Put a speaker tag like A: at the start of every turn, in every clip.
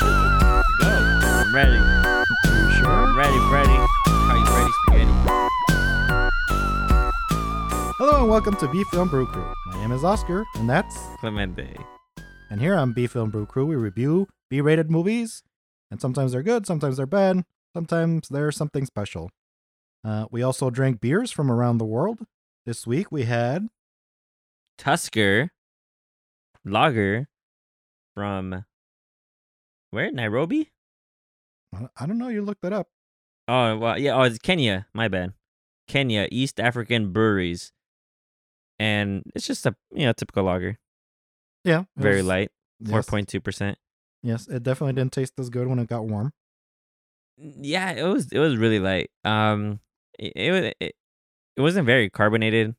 A: Go.
B: I'm ready.
A: You
B: I'm
A: sure?
B: ready, Freddy.
A: How you ready, spaghetti?
C: Hello and welcome to B Film Brew Crew. My name is Oscar, and that's
B: Clemente.
C: and here on B Film Brew Crew we review B-rated movies, and sometimes they're good, sometimes they're bad, sometimes they're something special. Uh, we also drink beers from around the world. This week we had
B: Tusker Lager from where? Nairobi?
C: I I don't know, you looked that up.
B: Oh, well, yeah. Oh, it's Kenya. My bad. Kenya, East African breweries. And it's just a you know typical lager,
C: Yeah, it
B: very
C: was-
B: light,
C: yes,
B: four point two percent.
C: Yes, it definitely didn't taste as good when it got warm.
B: Yeah, it was it was really light. Um, it it, wa- it, it wasn't very carbonated.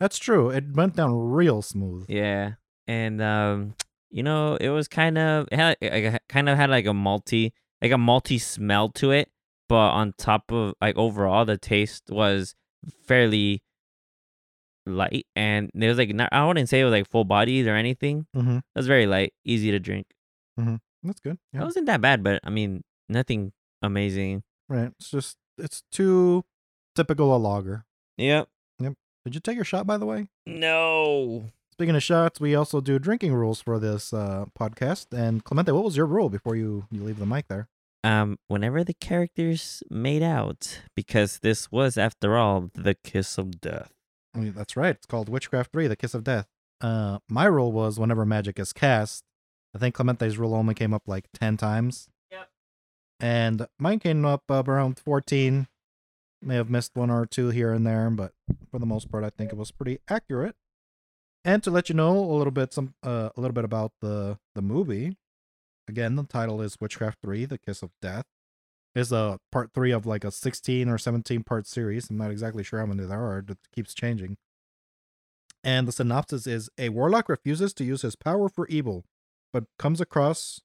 C: That's true. It went down real smooth.
B: Yeah, and um, you know, it was kind of it had like, a- kind of had like a malty, like a malty smell to it. But on top of like overall, the taste was fairly light, and it was like not, I wouldn't say it was like full bodied or anything.
C: Mm-hmm.
B: It was very light, easy to drink.
C: That's good.
B: It
C: Yeah.
B: wasn't that bad, but I mean, nothing amazing.
C: Right. It's just it's too typical a lager.
B: Yep.
C: Did you take your shot by the way?
B: No.
C: Speaking of shots, we also do drinking rules for this uh, podcast. And Clemente, what was your rule before you, you leave the mic there?
B: um, whenever the characters made out, because this was, after all, the kiss of death.
C: I mean, that's right. It's called Witchcraft 3, The Kiss of Death. Uh, my rule was whenever magic is cast, I think Clemente's rule only came up like 10 times.
B: Yep.
C: And mine came up uh, around 14. May have missed one or two here and there, but for the most part, I think it was pretty accurate. And to let you know a little bit, some uh, a little bit about the the movie. Again, the title is Witchcraft Three: The Kiss of Death. It's a part three of like a sixteen or seventeen part series. I'm not exactly sure how many there are. It keeps changing. And the synopsis is: A warlock refuses to use his power for evil, but comes across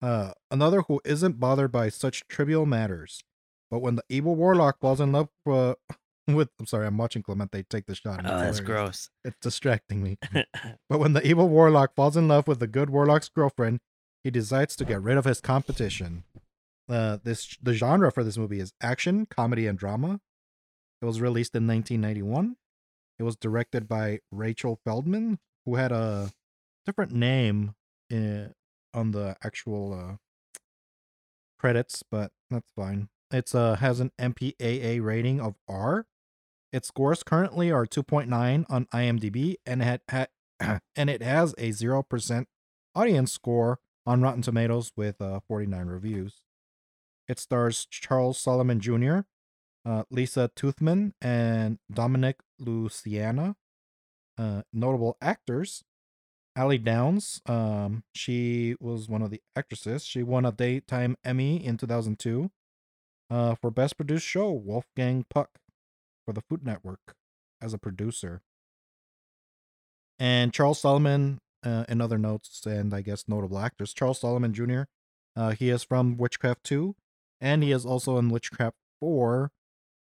C: uh, another who isn't bothered by such trivial matters. But when the evil warlock falls in love uh, with, I'm sorry, I'm watching Clemente take the shot. and it's hilarious.
B: Oh, gross.
C: It's distracting me. But when the evil warlock falls in love with the good warlock's girlfriend, he decides to get rid of his competition. Uh, this the genre for this movie is action, comedy, and drama. It was released in 1991. It was directed by Rachel Feldman, who had a different name uh on the actual uh, credits, but that's fine. It's uh, has an MPAA rating of R. Its scores currently are 2.9 on IMDb, and had, had and it has a 0% audience score on Rotten Tomatoes with uh, 49 reviews. It stars Charles Solomon Jr., uh, Lisa Toothman, and Dominic Luciana. Uh, notable actors Allie Downs, um, she was one of the actresses. She won a Daytime Emmy in 2002 uh, for Best Produced Show, Wolfgang Puck, for the Food Network as a producer and Charles Solomon. Uh, in other notes, and I guess notable actors, Charles Solomon Jr. Uh, he is from Witchcraft 2, and he is also in Witchcraft 4.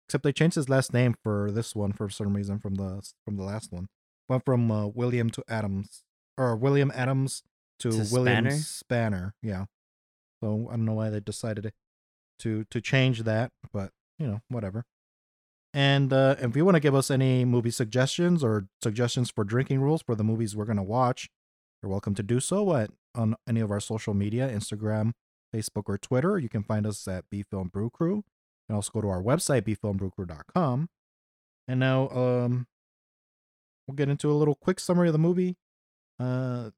C: Except they changed his last name for this one for some reason from the from the last one. Went from uh, William to Adams, or William Adams to,
B: To
C: William
B: Spanner?
C: Spanner? Yeah. So I don't know why they decided to to change that, but you know whatever. And uh, if you want to give us any movie suggestions or suggestions for drinking rules for the movies we're going to watch, you're welcome to do so at, on any of our social media Instagram, Facebook, or Twitter. You can find us at B Film Brew Crew. You can also go to our website, bfilmbrewcrew.com. And now um, we'll get into a little quick summary of the movie. Uh,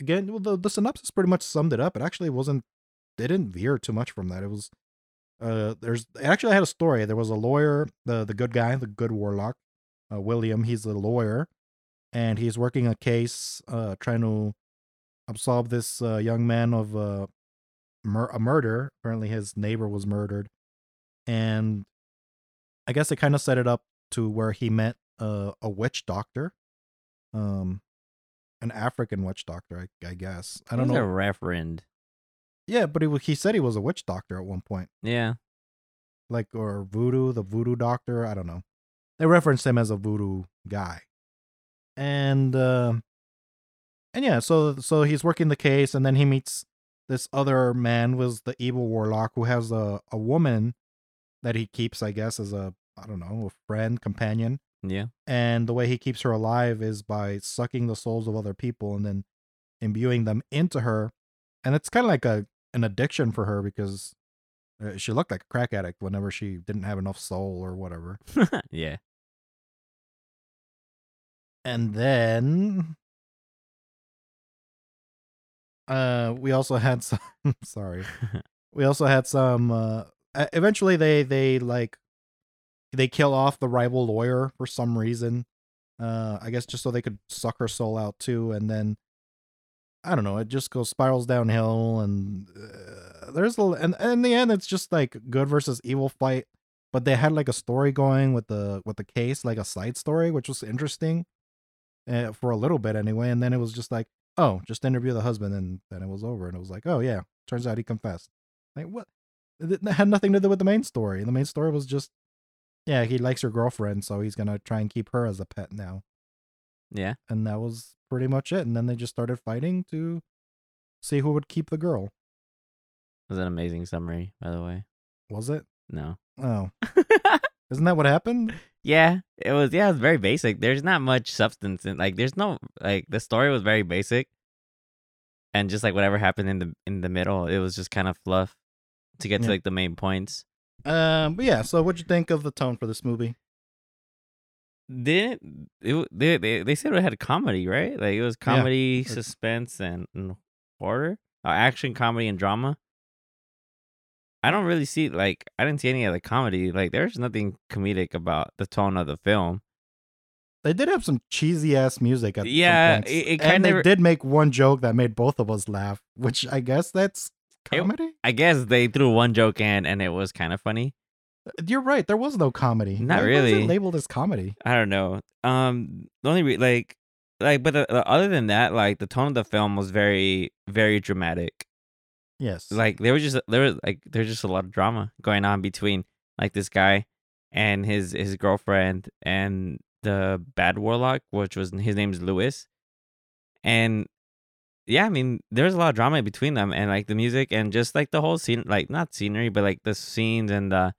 C: again, well, the, the synopsis pretty much summed it up. It actually wasn't, they didn't veer too much from that. It was uh there's it actually had a story there was a lawyer the the good guy the good warlock uh, william he's a lawyer and he's working a case uh trying to absolve this uh, young man of uh, mur- a murder apparently his neighbor was murdered and i guess they kind of set it up to where he met uh, a witch doctor um an african witch doctor i, I guess i don't
B: He's
C: know
B: a referend.
C: yeah but he, wa- he said he was a witch doctor at one point
B: Yeah.
C: like or voodoo, the voodoo doctor. I don't know. They referenced him as a voodoo guy, and uh, and yeah, so so he's working the case, and then he meets this other man was the evil warlock who has a a woman that he keeps, I guess, as a I don't know, a friend, companion.
B: Yeah.
C: And the way he keeps her alive is by sucking the souls of other people and then imbuing them into her. And it's kind of like a an addiction for her because uh, she looked like a crack addict whenever she didn't have enough soul or whatever.
B: yeah.
C: And then uh we also had some sorry. we also had some uh e- eventually they they like they kill off the rival lawyer for some reason uh i guess just so they could suck her soul out too and then i don't know it just goes spirals downhill and uh, there's a and, and in the end it's just like good versus evil fight but they had like a story going with the with the case like a side story which was interesting uh, for a little bit anyway and then it was just like oh just interview the husband and then it was over and it was like oh yeah turns out he confessed like what? It didn't- had nothing to do with the main story. The main story was just, yeah, he likes your girlfriend, so he's gonna try and keep her as a pet now.
B: Yeah.
C: And that was pretty much it. And then they just started fighting to see who would keep the girl.
B: That was an amazing summary, by the way.
C: Was it?
B: No.
C: Oh, isn't that what happened?
B: yeah. It was yeah, it was very basic. There's not much substance in like there's no like the story was very basic. And just like whatever happened in the in the middle, it was just kind of fluff to get to
C: Yeah.
B: like the main points.
C: Um, but yeah. So, what'd you think of the tone for this movie?
B: Didn't it, w- they, they they said it had comedy, right? Like it was comedy,
C: It's-
B: suspense, and, and horror, uh, action, comedy, and drama. I don't really see like I didn't see any of the comedy. Like there's nothing comedic about the tone of the film.
C: They did have some cheesy ass music at some
B: Yeah,
C: points.
B: it- it
C: and
B: kinda
C: they
B: re-
C: did make one joke that made both of us laugh, which I guess that's
B: It-
C: comedy.
B: I guess they threw one joke in and it was kind of funny.
C: You're right. There was no comedy.
B: Not
C: Why was it
B: really.
C: labeled as comedy.
B: I don't know. Um, the only re- like like but the, the- other than that, like the tone of the film was very very dramatic.
C: Yes.
B: like there was just there was like there's just a lot of drama going on between like this guy and his his girlfriend and the bad warlock which was his name's lewis and yeah i mean there's a lot of drama between them and like the music and just like the whole scene like not scenery but like the scenes and the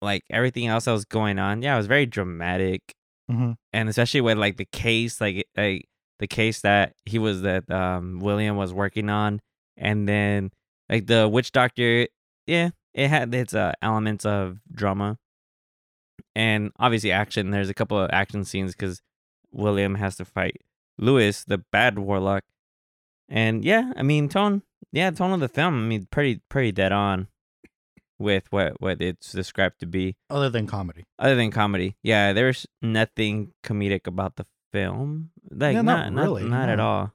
B: like everything else that was going on yeah it was very dramatic
C: Mhm.
B: and especially with like the case like it- like the case that he was that um william was working on and then like the witch doctor yeah it had its uh, elements of drama and obviously action there's a couple of action scenes because william has to fight lewis the bad warlock and yeah i mean tone yeah tone of the film i mean pretty pretty dead on with what what it's described to be
C: other than comedy.
B: other than comedy yeah there's nothing comedic about the film like
C: Yeah,
B: not,
C: not
B: not
C: really,
B: not at
C: no.
B: all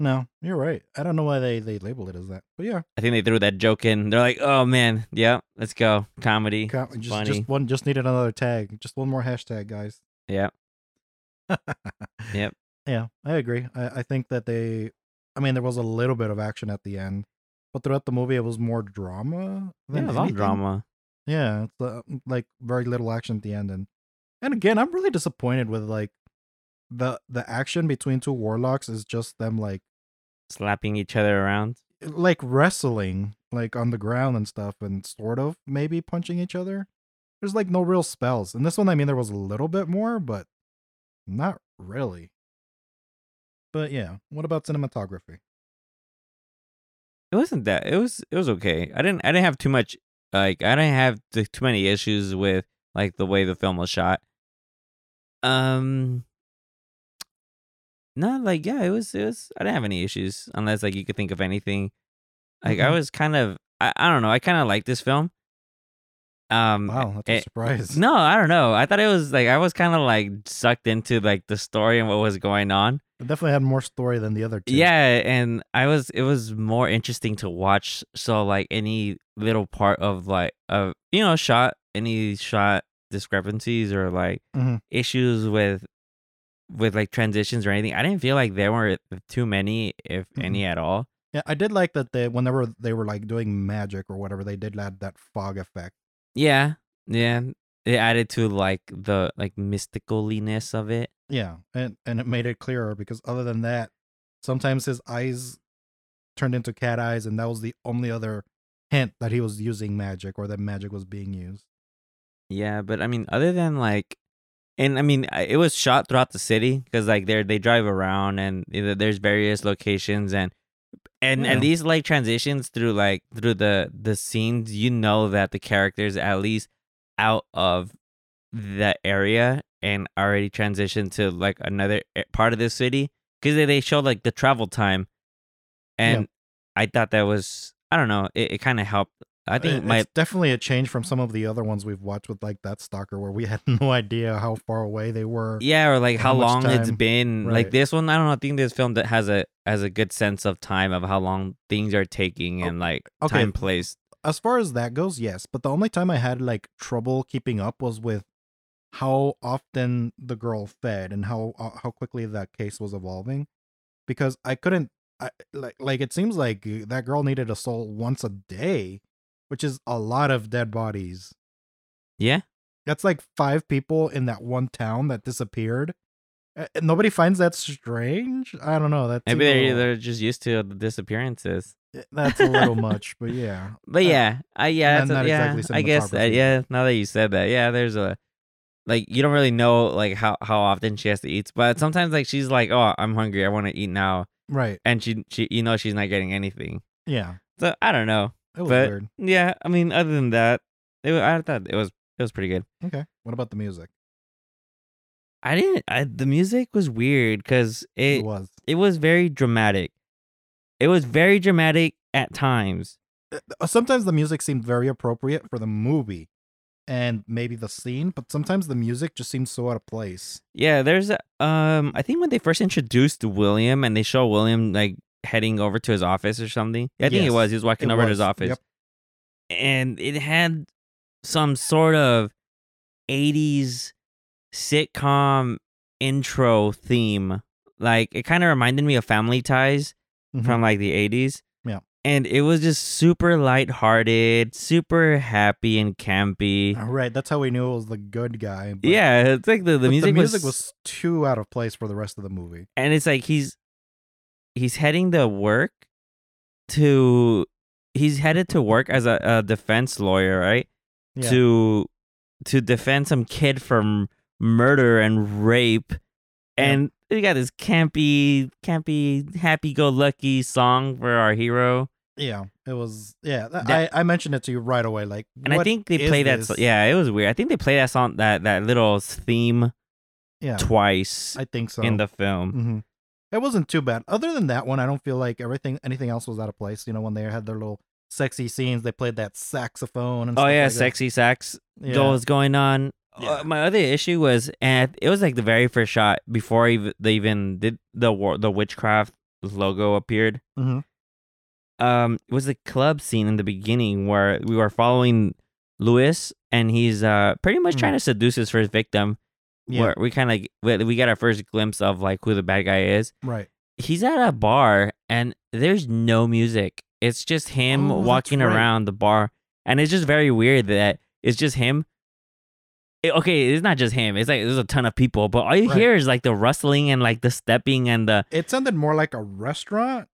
C: No, you're right. I don't know why they they labeled it as that, but yeah,
B: i think they threw that joke in they're like oh man yeah let's go comedy
C: com-
B: It's
C: just
B: funny
C: just one just needed another tag, just one more hashtag, guys.
B: yeah Yep.
C: Yeah, I agree. I I think that they, I mean, there was a little bit of action at the end, but throughout the movie, it was more drama.
B: yeah
C: Than
B: it was all
C: anything.
B: drama
C: Yeah, it's uh, like very little action at the end, and and again, I'm really disappointed with like the the action between two warlocks is just them like
B: slapping each other around
C: like wrestling, like on the ground and stuff, and sort of maybe punching each other. There's like no real spells. In this one, I mean, there was a little bit more, but not really. But yeah, what about cinematography?
B: it wasn't that it was it was okay i didn't i didn't have too much like i didn't have t- too many issues with like the way the film was shot um no like yeah it was it was i didn't have any issues unless like you could think of anything like i
C: Mhm.
B: was kind of i, I don't know i kind of like this film um
C: Wow, that's a
B: it-
C: surprise.
B: no i don't know i thought it was like i was kind of like sucked into like the story and what was going on
C: It definitely had more story than the other two.
B: yeah, and I was it was more interesting to watch. So like any little part of like of you know shot any shot discrepancies or like
C: Mhm.
B: issues with with like transitions or anything. I didn't feel like there were too many, if any at all.
C: Yeah, I did like that they whenever they were like doing magic or whatever, they did add that fog effect.
B: Yeah, yeah. It added to like the like mysticaliness of it.
C: Yeah, and and it made it clearer because other than that, sometimes his eyes turned into cat eyes, and that was the only other hint that he was using magic or that magic was being used.
B: Yeah, but I mean, other than like, and I mean, I- it was shot throughout the city because like they they drive around and you know, there's various locations and and
C: Yeah.
B: and these like transitions through like through the the scenes, you know that the characters at least out of the area and already transitioned to like another a- part of the city because they they showed like the travel time, and I thought that was I don't know it, it kind of helped. I think
C: It-
B: my
C: it's definitely a change from some of the other ones we've watched with like that stalker, where we had no idea how far away they were.
B: Yeah, or like
C: how
B: how, long
C: much
B: it's
C: time-
B: been. Like
C: right.
B: this one, I don't know. I think this film that has a has a good sense of time of how long things are taking and like
C: okay.
B: time place.
C: as far as that goes, yes. But the only time I had like trouble keeping up was with how often the girl fed and how uh, how quickly that case was evolving, because I couldn't. I, like like it seems like that girl needed a soul once a day, which is a lot of dead bodies.
B: Yeah,
C: That's like five people in that one town that disappeared. Uh, Nobody finds that strange. I don't know. That
B: maybe they're,
C: either.
B: they're just used to the disappearances.
C: eh, that's a little much, but yeah.
B: But
C: Uh,
B: yeah, I yeah, that's
C: and
B: a-
C: not
B: yeah.
C: exactly
B: I guess that
C: cinematography,
B: yeah. Now that you said that, yeah, there's a like you don't really know like how how often she has to eat, but sometimes like she's like, oh, I'm hungry, I want to eat now,
C: Right.
B: and she she you know she's not getting anything.
C: Yeah.
B: So I don't know.
C: It was
B: But-
C: weird.
B: Yeah, I mean, other than that, it, wa- I thought it was it was pretty good.
C: Okay. What about the music?
B: I didn't. I, the music was weird because
C: It,
B: it
C: was.
B: it was very dramatic. It was very dramatic at times.
C: Uh, Sometimes the music seemed very appropriate for the movie and maybe the scene, but sometimes the music just seems so out of place.
B: Yeah, there's a- um. I think when they first introduced William and they show William like heading over to his office or something. I think
C: Yes,
B: it was. He was walking
C: it
B: over to his
C: was,
B: office,
C: yep.
B: and it had some sort of '80s sitcom intro theme. Like it kind of reminded me of Family Ties. from like the 80s.
C: Yeah.
B: And it was just super lighthearted, super happy and campy.
C: All right, that's how we knew it was the good guy. Ah, but-
B: yeah, it's like the,
C: but
B: the, music,
C: was...
B: was
C: too out of place for the rest of the movie.
B: and it's like he's he's heading to work to he's headed to work as a, a defense lawyer, right?
C: Yeah.
B: To to defend some kid from murder and rape. And we got this campy, campy, happy-go-lucky song for our hero.
C: Yeah, it was. Yeah, th-
B: That-
C: I, I mentioned it to you right away. Like,
B: And I
C: what-
B: think they
C: is
B: play that.
C: this?
B: so- Yeah, it was weird. I think they play that song, that that little theme
C: yeah,
B: twice
C: I think so.
B: in the film.
C: hmm It wasn't too bad. Other than that one, I don't feel like everything anything else was out of place. You know, when they had their little sexy scenes, they played that saxophone and
B: Oh
C: stuff
B: yeah,
C: like that.
B: sexy sax
C: Yeah.
B: that was going on.
C: Yeah.
B: Uh, my other issue was, and it was like the very first shot before ev- they even did the war, the witchcraft logo appeared.
C: Mhm.
B: Um, it was the club scene in the beginning where we were following Lewis, and he's uh pretty much
C: Mhm.
B: trying to seduce his first victim.
C: Yeah.
B: Where we kind of we, we got our first glimpse of like who the bad guy is.
C: Right.
B: he's at a bar and there's no music. It's just him
C: Oh, that's
B: walking
C: right.
B: around the bar. And it's just very weird that it's just him. It- okay, it's not just him. It's like there's a ton of people, but all you
C: Right.
B: hear is like the rustling and like the stepping and the.
C: It sounded more like a restaurant.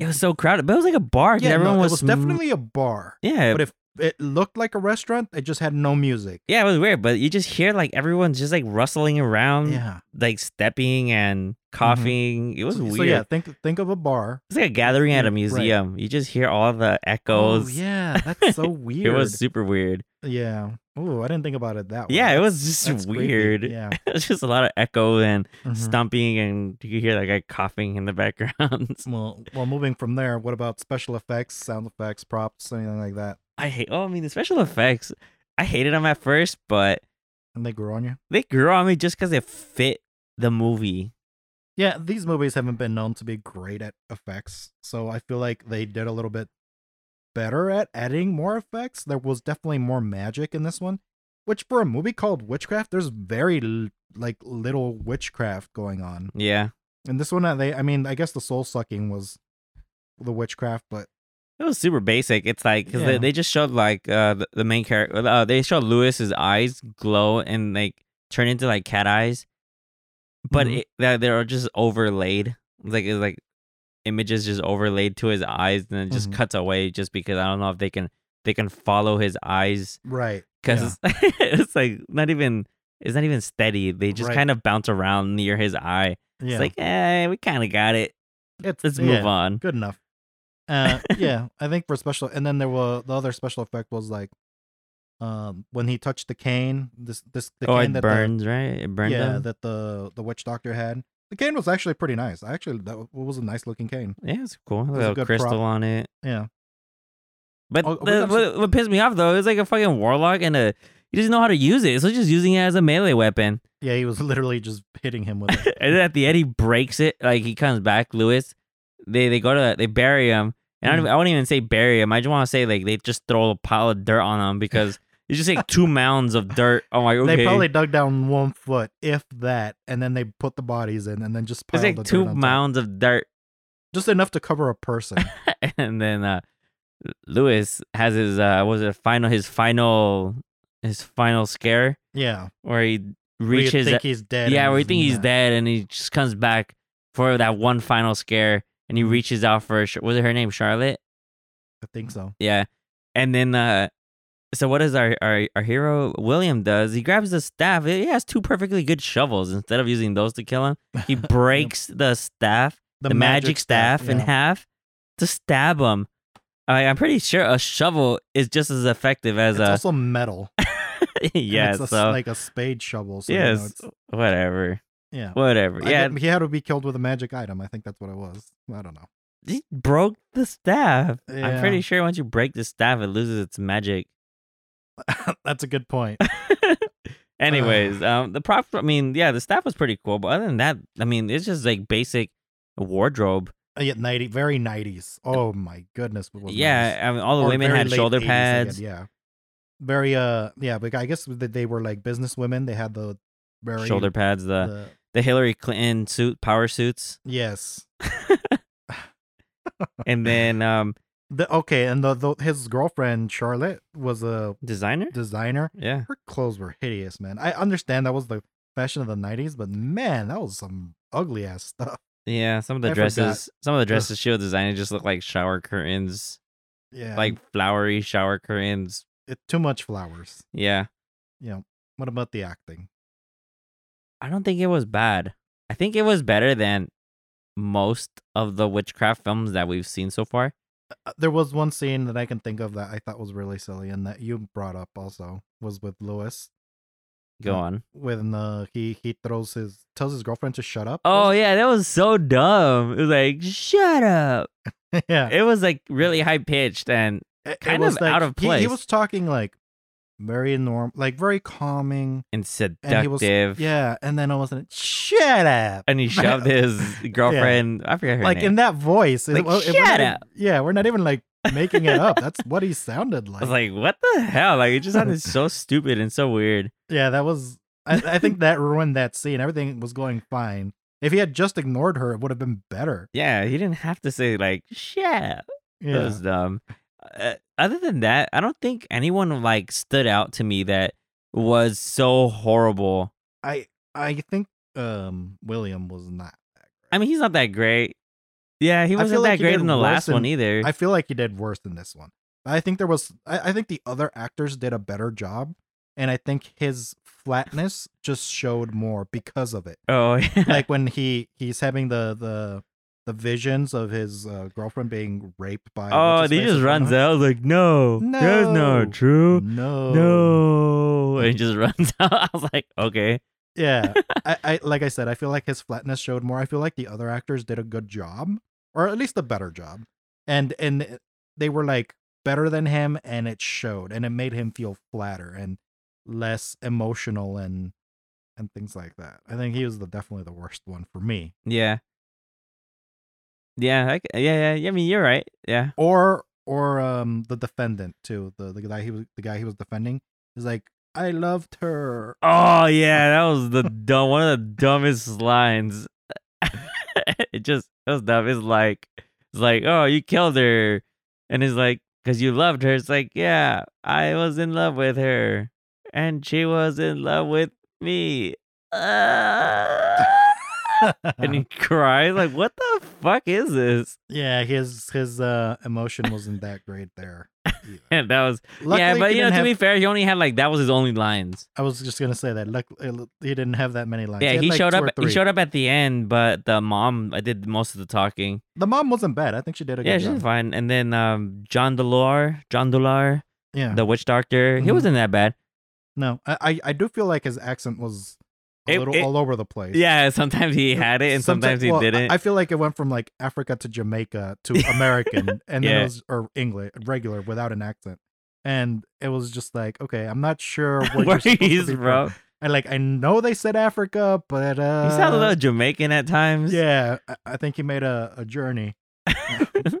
B: It was so crowded, but it was like a bar 'cause
C: no,
B: everyone
C: it
B: was,
C: was,
B: sm-
C: definitely a bar.
B: Yeah,
C: But if it looked like a restaurant, it just had no music.
B: yeah, it was weird, but you just hear like everyone's just like rustling around, like stepping and coughing. Um, It was
C: Mm-hmm. so,
B: weird.
C: so yeah, think think of a bar.
B: It's like a gathering at a
C: Right.
B: museum. You just hear all the echoes.
C: Oh yeah, that's so weird.
B: It was super weird.
C: Yeah. Ooh, I didn't think about it that way.
B: Yeah, it was
C: That's
B: just
C: creepy.
B: weird.
C: Yeah.
B: It's just a lot of echo and
C: Mhm.
B: stomping, and you could hear that guy coughing in the background.
C: Well, well, moving from there, what about special effects, sound effects, props, anything like that?
B: I hate. Oh, I mean, the special effects. I hated them at first, but
C: And they grew on you.
B: they grew on me just because it fit the movie.
C: Yeah, these movies haven't been known to be great at effects, so I feel like they did a little bit better at adding more effects. There was definitely more magic in this one, which for a movie called Witchcraft, there's very l- like little witchcraft going on.
B: Yeah,
C: And this one, uh, they, I mean, I guess the soul sucking was the witchcraft, but
B: It was super basic. It's like because
C: Yeah.
B: they, they just showed like uh the, the main character. Uh, they showed Lewis's eyes glow and like turn into like cat eyes, but
C: Mhm.
B: it, that they're just overlaid. It's Like it's like images just overlaid to his eyes, and then it just
C: Mhm.
B: cuts away just because I don't know if they can they can follow his eyes
C: right. yeah.
B: because it's, it's like not even it's not even steady. They just
C: Right.
B: kind of bounce around near his eye.
C: yeah,
B: It's like eh, we kind of got it.
C: it's
B: Let's move
C: yeah.
B: on.
C: good enough. Uh, yeah, I think for special, and then there were the other special effect was like, um, when he touched the cane, this this the
B: oh,
C: cane
B: it
C: that
B: burns, right? It
C: the,
B: burned
C: yeah
B: them.
C: that the the witch doctor had. The cane was actually pretty nice. I Actually, that wa- was a nice looking cane.
B: Yeah, it's cool. A
C: was a
B: little
C: good
B: crystal
C: prop.
B: on it.
C: Yeah,
B: But
C: Oh, we
B: the-
C: got
B: what, what pissed me off though is like a fucking warlock and a he doesn't know how to use it, so he's just using it as a melee weapon.
C: yeah, he was literally just hitting him with it.
B: and then at the end he breaks it. Like he comes back, Lewis. They they go to they bury him. And I don't
C: Mhm.
B: even- I won't even say bury him. I just want to say like they just throw a pile of dirt on him because it's just like two mounds of dirt. I'm like okay.
C: They probably dug down one foot, if that, and then they put the bodies in, and then just
B: it's
C: piled the
B: like
C: dirt
B: two
C: on top.
B: mounds of dirt,
C: just enough to cover a person.
B: and then uh, Lewis has his uh, what was it final his final his final scare.
C: yeah,
B: where he
C: where you
B: reaches
C: think he's dead.
B: yeah
C: and
B: where you think he's
C: not.
B: dead and he just comes back for that one final scare and he
C: Mm-hmm.
B: reaches out for Sh- was it her name charlotte
C: I think so.
B: yeah and then uh so what does our, our our hero william does he grabs the staff he he has two perfectly good shovels instead of using those to kill him he breaks the staff the, magic, staff, in
C: yeah.
B: half to stab him I, i'm pretty sure a shovel is just as effective as
C: It's
B: a
C: also metal. and
B: yeah
C: it's a s-
B: so
C: like a spade shovel. So, you know,
B: yes
C: it's-
B: whatever
C: yeah.
B: whatever
C: I
B: yeah
C: get- he had to be killed with a magic item. I think that's what it was. I don't know.
B: he broke the staff. I'm
C: Yeah.
B: pretty sure once you break the staff, it loses its magic.
C: that's a good point.
B: Anyways, um, the prop. I mean, yeah, the staff was pretty cool, but other than that, I mean, it's just like basic wardrobe.
C: Uh, yeah, ninety, very nineties. Oh my goodness, what was
B: yeah,
C: nice.
B: I mean, all the
C: Or
B: women
C: very
B: had
C: late
B: shoulder
C: 80s they had,
B: pads,
C: yeah, very uh, yeah. But I guess that they were like business women. They had the very
B: shoulder pads, uh. the
C: the-
B: the Hillary Clinton suit, power suits,
C: yes.
B: and then um,
C: The, okay, and the, the his girlfriend Charlotte was a
B: designer.
C: designer.
B: Yeah,
C: Her clothes were hideous, man. I understand that was the fashion of the '90s, but man, that was some ugly ass stuff.
B: yeah. Some of the
C: I forgot.
B: dresses, some of the dresses she was designing just looked like shower curtains,
C: Yeah,
B: like flowery shower curtains.
C: it, too much flowers.
B: Yeah.
C: You know, what about the acting?
B: I don't think it was bad. I think it was better than most of the witchcraft films that we've seen so far.
C: Uh, There was one scene that I can think of that I thought was really silly, and that you brought up also was with Lewis
B: Go
C: Yeah.
B: on.
C: when uh, he he throws his tells his girlfriend to shut up.
B: Oh yeah, that was so dumb. It was like, shut up.
C: yeah, yeah.
B: It was like really high pitched and
C: It- it
B: kind
C: was
B: of
C: like-
B: out of
C: he- He,
B: place.
C: was talking like very norm, like very calming.
B: and
C: And he was
B: seductive.
C: yeah, and then all of a sudden, shut up.
B: And he shoved his girlfriend. I forget her
C: like
B: name.
C: in that voice. it-
B: Like,
C: well, it- we're
B: "Shut
C: not even-
B: up."
C: yeah, we're not even like making it up. That's what he sounded like.
B: I was like, what the hell? Like it just sounded so stupid and so weird.
C: yeah, that was. I, I think that ruined that scene. Everything was going fine. If he had just ignored her, it would have been better.
B: Yeah, he didn't have to say like, shut up. That
C: Yeah,
B: was dumb. Uh, other than that, I don't think anyone like stood out to me that was so horrible.
C: I I think um William was not.
B: I mean, he's not that great. Yeah, he
C: I
B: wasn't
C: feel
B: that
C: like he
B: great
C: did
B: in the
C: worse
B: last one
C: than-
B: either.
C: I feel like he did worse than this one. I think there was. I, I think the other actors did a better job, and I think his flatness just showed more because of it.
B: oh, yeah.
C: like when he he's having the the the visions of his uh, girlfriend being raped by
B: oh,
C: what's his
B: he
C: face
B: just
C: in front
B: runs
C: of him.
B: out. I was like, no, that's
C: No.
B: not true.
C: no
B: No, and he just runs out. I was like, okay,
C: yeah I, I like i said i feel like his flatness showed more i feel like the other actors did a good job or at least a better job and and they were like better than him and it showed and it made him feel flatter and less emotional and and things like that i think he was the definitely the worst one for me
B: yeah, yeah, I, c- yeah, yeah, yeah. I mean, you're right. Yeah,
C: or or um the defendant too the the guy he was the guy he was defending is like i loved her
B: Oh yeah, that was the dumb one of the dumbest lines. it just that was dumb. It's like it's It's like, oh, you killed her, and it's like, cause you loved her. It's like, yeah, I was in love with her, and she was in love with me. Ah. and
C: Uh-huh.
B: he cries like, what the fuck is this?
C: yeah, his his uh, emotion wasn't that great there. either.
B: And that was yeah,
C: Luckily,
B: but
C: he
B: you know,
C: didn't
B: to
C: have-
B: be fair, he only had like that was his only lines.
C: I was just gonna say that. Luck, he didn't have that many lines.
B: yeah,
C: had,
B: he
C: like,
B: showed
C: two
B: up.
C: or
B: He
C: three.
B: showed up at the end, but the mom I did most of the talking.
C: The mom wasn't bad. I think she did a good
B: Yeah, she's
C: job.
B: fine. And then um, John Dolar, John Dolar,
C: Yeah.
B: the witch doctor, he
C: Mhm.
B: wasn't that bad.
C: no, I, I I do feel like his accent was a
B: It-
C: little
B: it-
C: all over the place.
B: Yeah, sometimes he had it and sometimes, he
C: well, I-
B: didn't.
C: I feel like it went from like Africa to Jamaica to American, and then
B: Yeah.
C: it was or English regular without an accent, and it was just like okay, I'm not sure
B: Where
C: where, you're supposed to
B: he's
C: be from.
B: from?
C: And like I know they said Africa, but uh,
B: He sounded a little Jamaican at times.
C: yeah, I, I think he made a, a journey,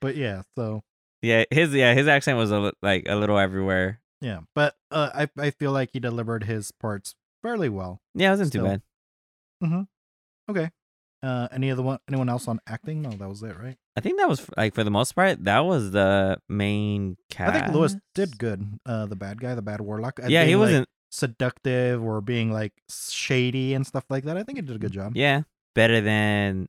C: but yeah, so
B: yeah, his yeah his accent was a, li- like a little everywhere.
C: yeah, but uh, I I feel like he delivered his parts fairly well.
B: Yeah, it wasn't too
C: Still.
B: bad.
C: Uh, any other one? Anyone else on acting? No, that was it, right?
B: I think that was f- like for the most part that was the main
C: I
B: cast.
C: think Lewis did good. Uh, the bad guy, the bad warlock. at
B: Yeah, he
C: being, like,
B: wasn't.
C: seductive or being like shady and stuff like that. I think it did a good job.
B: Mm, Yeah, better than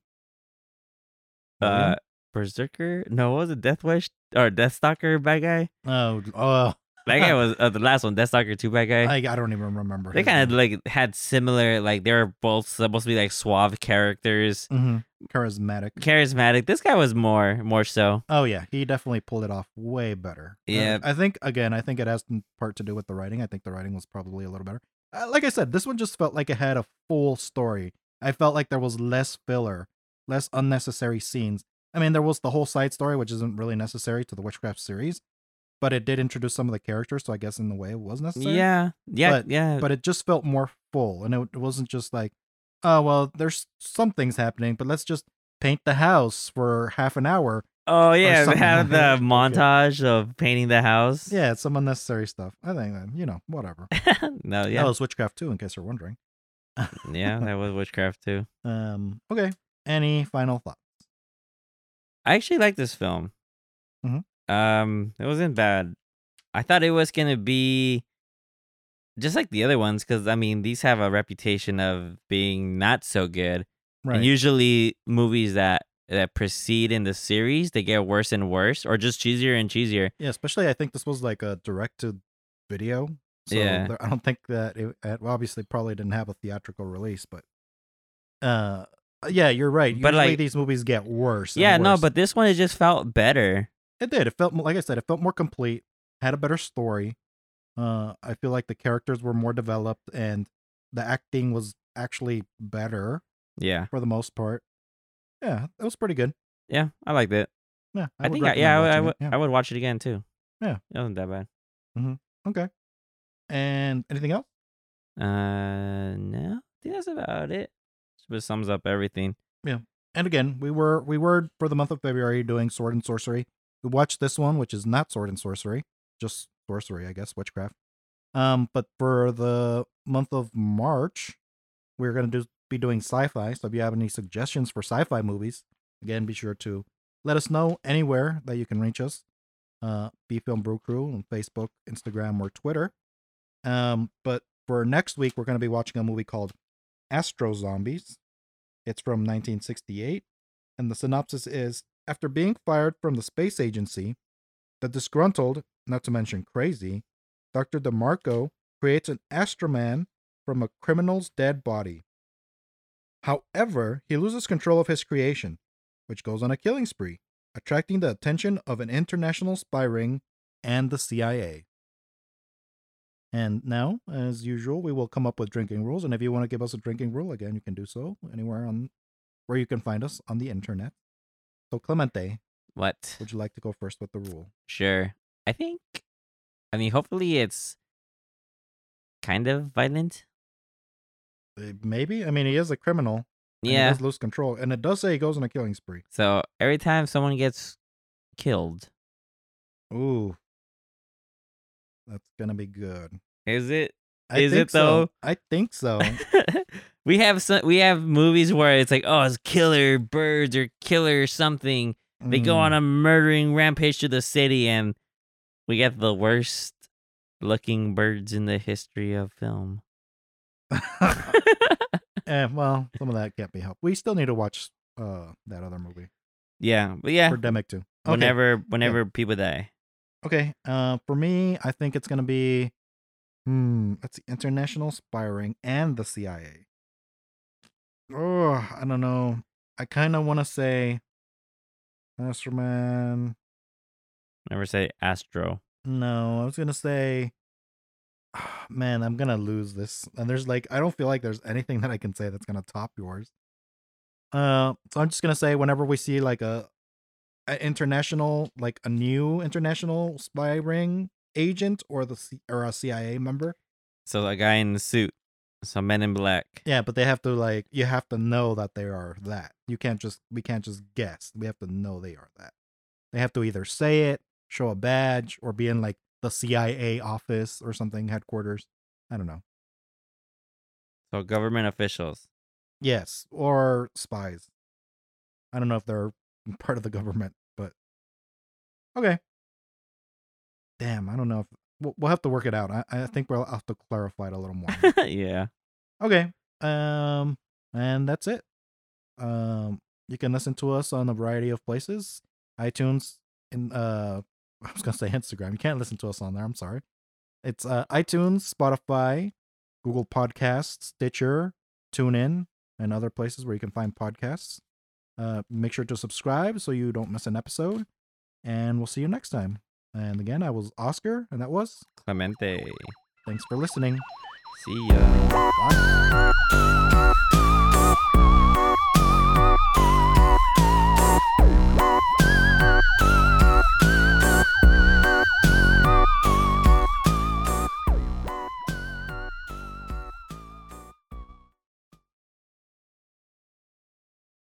C: William?
B: uh Berserker. No, what was it Death Wish or Death Stalker bad guy?
C: Oh, oh
B: That guy was uh, the last one. Death Stalker two bad guy.
C: I, I don't even remember.
B: Eh. they kind of like had similar. Like they were both supposed to be like suave characters,
C: hmm charismatic.
B: charismatic. This guy was more, more so.
C: Oh yeah, he definitely pulled it off way better. Uh,
B: Yeah.
C: I think again, I think it has in part to do with the writing. I think the writing was probably a little better. Uh, like I said, this one just felt like it had a full story. I felt like there was less filler, less unnecessary scenes. I mean, there was the whole side story, which isn't really necessary to the witchcraft series, but it did introduce some of the characters, so I guess in the way it was necessary.
B: Yeah, yeah, yeah.
C: but it just felt more full and it, it wasn't just like oh well there's some things happening but let's just paint the house for half an hour
B: oh yeah, they
C: something
B: had
C: like that.
B: the montage of painting the house.
C: yeah it's some unnecessary stuff i think that you know whatever
B: no,
C: yeah.
B: yeah,
C: that was witchcraft too in case you're wondering
B: yeah, that was witchcraft too.
C: um okay any final thoughts
B: I actually like this film.
C: Mhm.
B: Um, it wasn't bad. I thought it was gonna be just like the other ones because I mean these have a reputation of being not so good,
C: right
B: and usually movies that that proceed in the series they get worse and worse, or just cheesier and cheesier.
C: yeah especially i think this was like a direct to video so
B: Yeah.
C: there, i don't think that it, it well, obviously probably didn't have a theatrical release but uh yeah you're right
B: But,
C: Usually
B: like-
C: these movies get worse and
B: yeah, no,
C: worse.
B: but this one it just felt better.
C: It did. It felt mo- like I said. It felt more complete. Had a better story. Uh, I feel like the characters were more developed, and the acting was actually better
B: Yeah,
C: for the most part. Yeah, it was pretty good.
B: yeah, I liked it.
C: Yeah,
B: I,
C: would
B: think I,
C: recommend
B: yeah, I, would- I
C: watching
B: would
C: it.
B: I would watch it again too.
C: Yeah.
B: it wasn't that bad.
C: okay. And anything else?
B: Uh, no, I think that's about it. Just sums up everything.
C: And again, we were we were for the month of February doing sword and sorcery. We watched this one, which is not sword and sorcery, just sorcery, I guess, witchcraft. Um, but for the month of March, we're gonna do be doing sci-fi. So if you have any suggestions for sci-fi movies, again, be sure to let us know anywhere that you can reach us. Uh, B Film Brew Crew on Facebook, Instagram, or Twitter. Um, but for next week, we're gonna be watching a movie called Astro Zombies. It's from 1968, and the synopsis is After being fired from the space agency, the disgruntled, not to mention crazy, Dr. DeMarco creates an Astroman from a criminal's dead body. However, he loses control of his creation, which goes on a killing spree, attracting the attention of an international spy ring and the CIA. And now, as usual, we will come up with drinking rules. And if you want to give us a drinking rule, again, you can do so anywhere on where you can find us on the internet. So, Clemente,
B: What?
C: would you like to go first with the rule?
B: Sure. I think. I mean, hopefully it's kind of violent.
C: Uh, Maybe. I mean, he is a criminal. and He
B: Yeah.
C: does lose control. And it does say he goes on a killing spree.
B: So every time someone gets killed,
C: Ooh. That's going to be good.
B: is it?
C: I
B: Is
C: think
B: it,
C: so.
B: though?
C: I think so.
B: we have some. We have movies where it's like, oh, it's killer birds or killer something, They go
C: Mm.
B: on a murdering rampage through the city, and we get the worst looking birds in the history of film.
C: Mm. eh, well, some of that can't be helped. We still need to watch uh that other movie,
B: yeah, but yeah,
C: Pandemic Two. Okay.
B: whenever whenever people die,
C: Okay. Uh, for me, I think it's gonna be, hmm, that's the international spying and the CIA. Oh, I don't know. I kind of want to say, Astro Man.
B: never say Astro.
C: No, I was gonna say, ah, man, I'm gonna lose this. And there's like, I don't feel like there's anything that I can say that's gonna top yours. Uh, so I'm just gonna say, whenever we see like a, a international, like a new international spy ring agent or the C- or a CIA member,
B: So a guy in the suit, so Men in Black.
C: yeah, but they have to like, you have to know that they are that. You can't just, we can't just guess. We have to know they are that. They have to either say it, show a badge, or be in like the CIA office or something, headquarters. I don't know.
B: So government officials.
C: Yes, or spies. I don't know if they're part of the government, but okay. Damn, I don't know if we'll, we'll have to work it out. I, I think we'll have to clarify it a little more.
B: yeah.
C: okay, um, and that's it. Um, you can listen to us on a variety of places: iTunes, in uh, I was gonna say Instagram. You can't listen to us on there. I'm sorry. It's uh, iTunes, Spotify, Google Podcasts, Stitcher, TuneIn, and other places where you can find podcasts. Uh, make sure to subscribe so you don't miss an episode. And we'll see you next time. And again, I was Oscar, and that was.
B: Clemente.
C: Thanks for listening.
B: See ya.
C: Bye.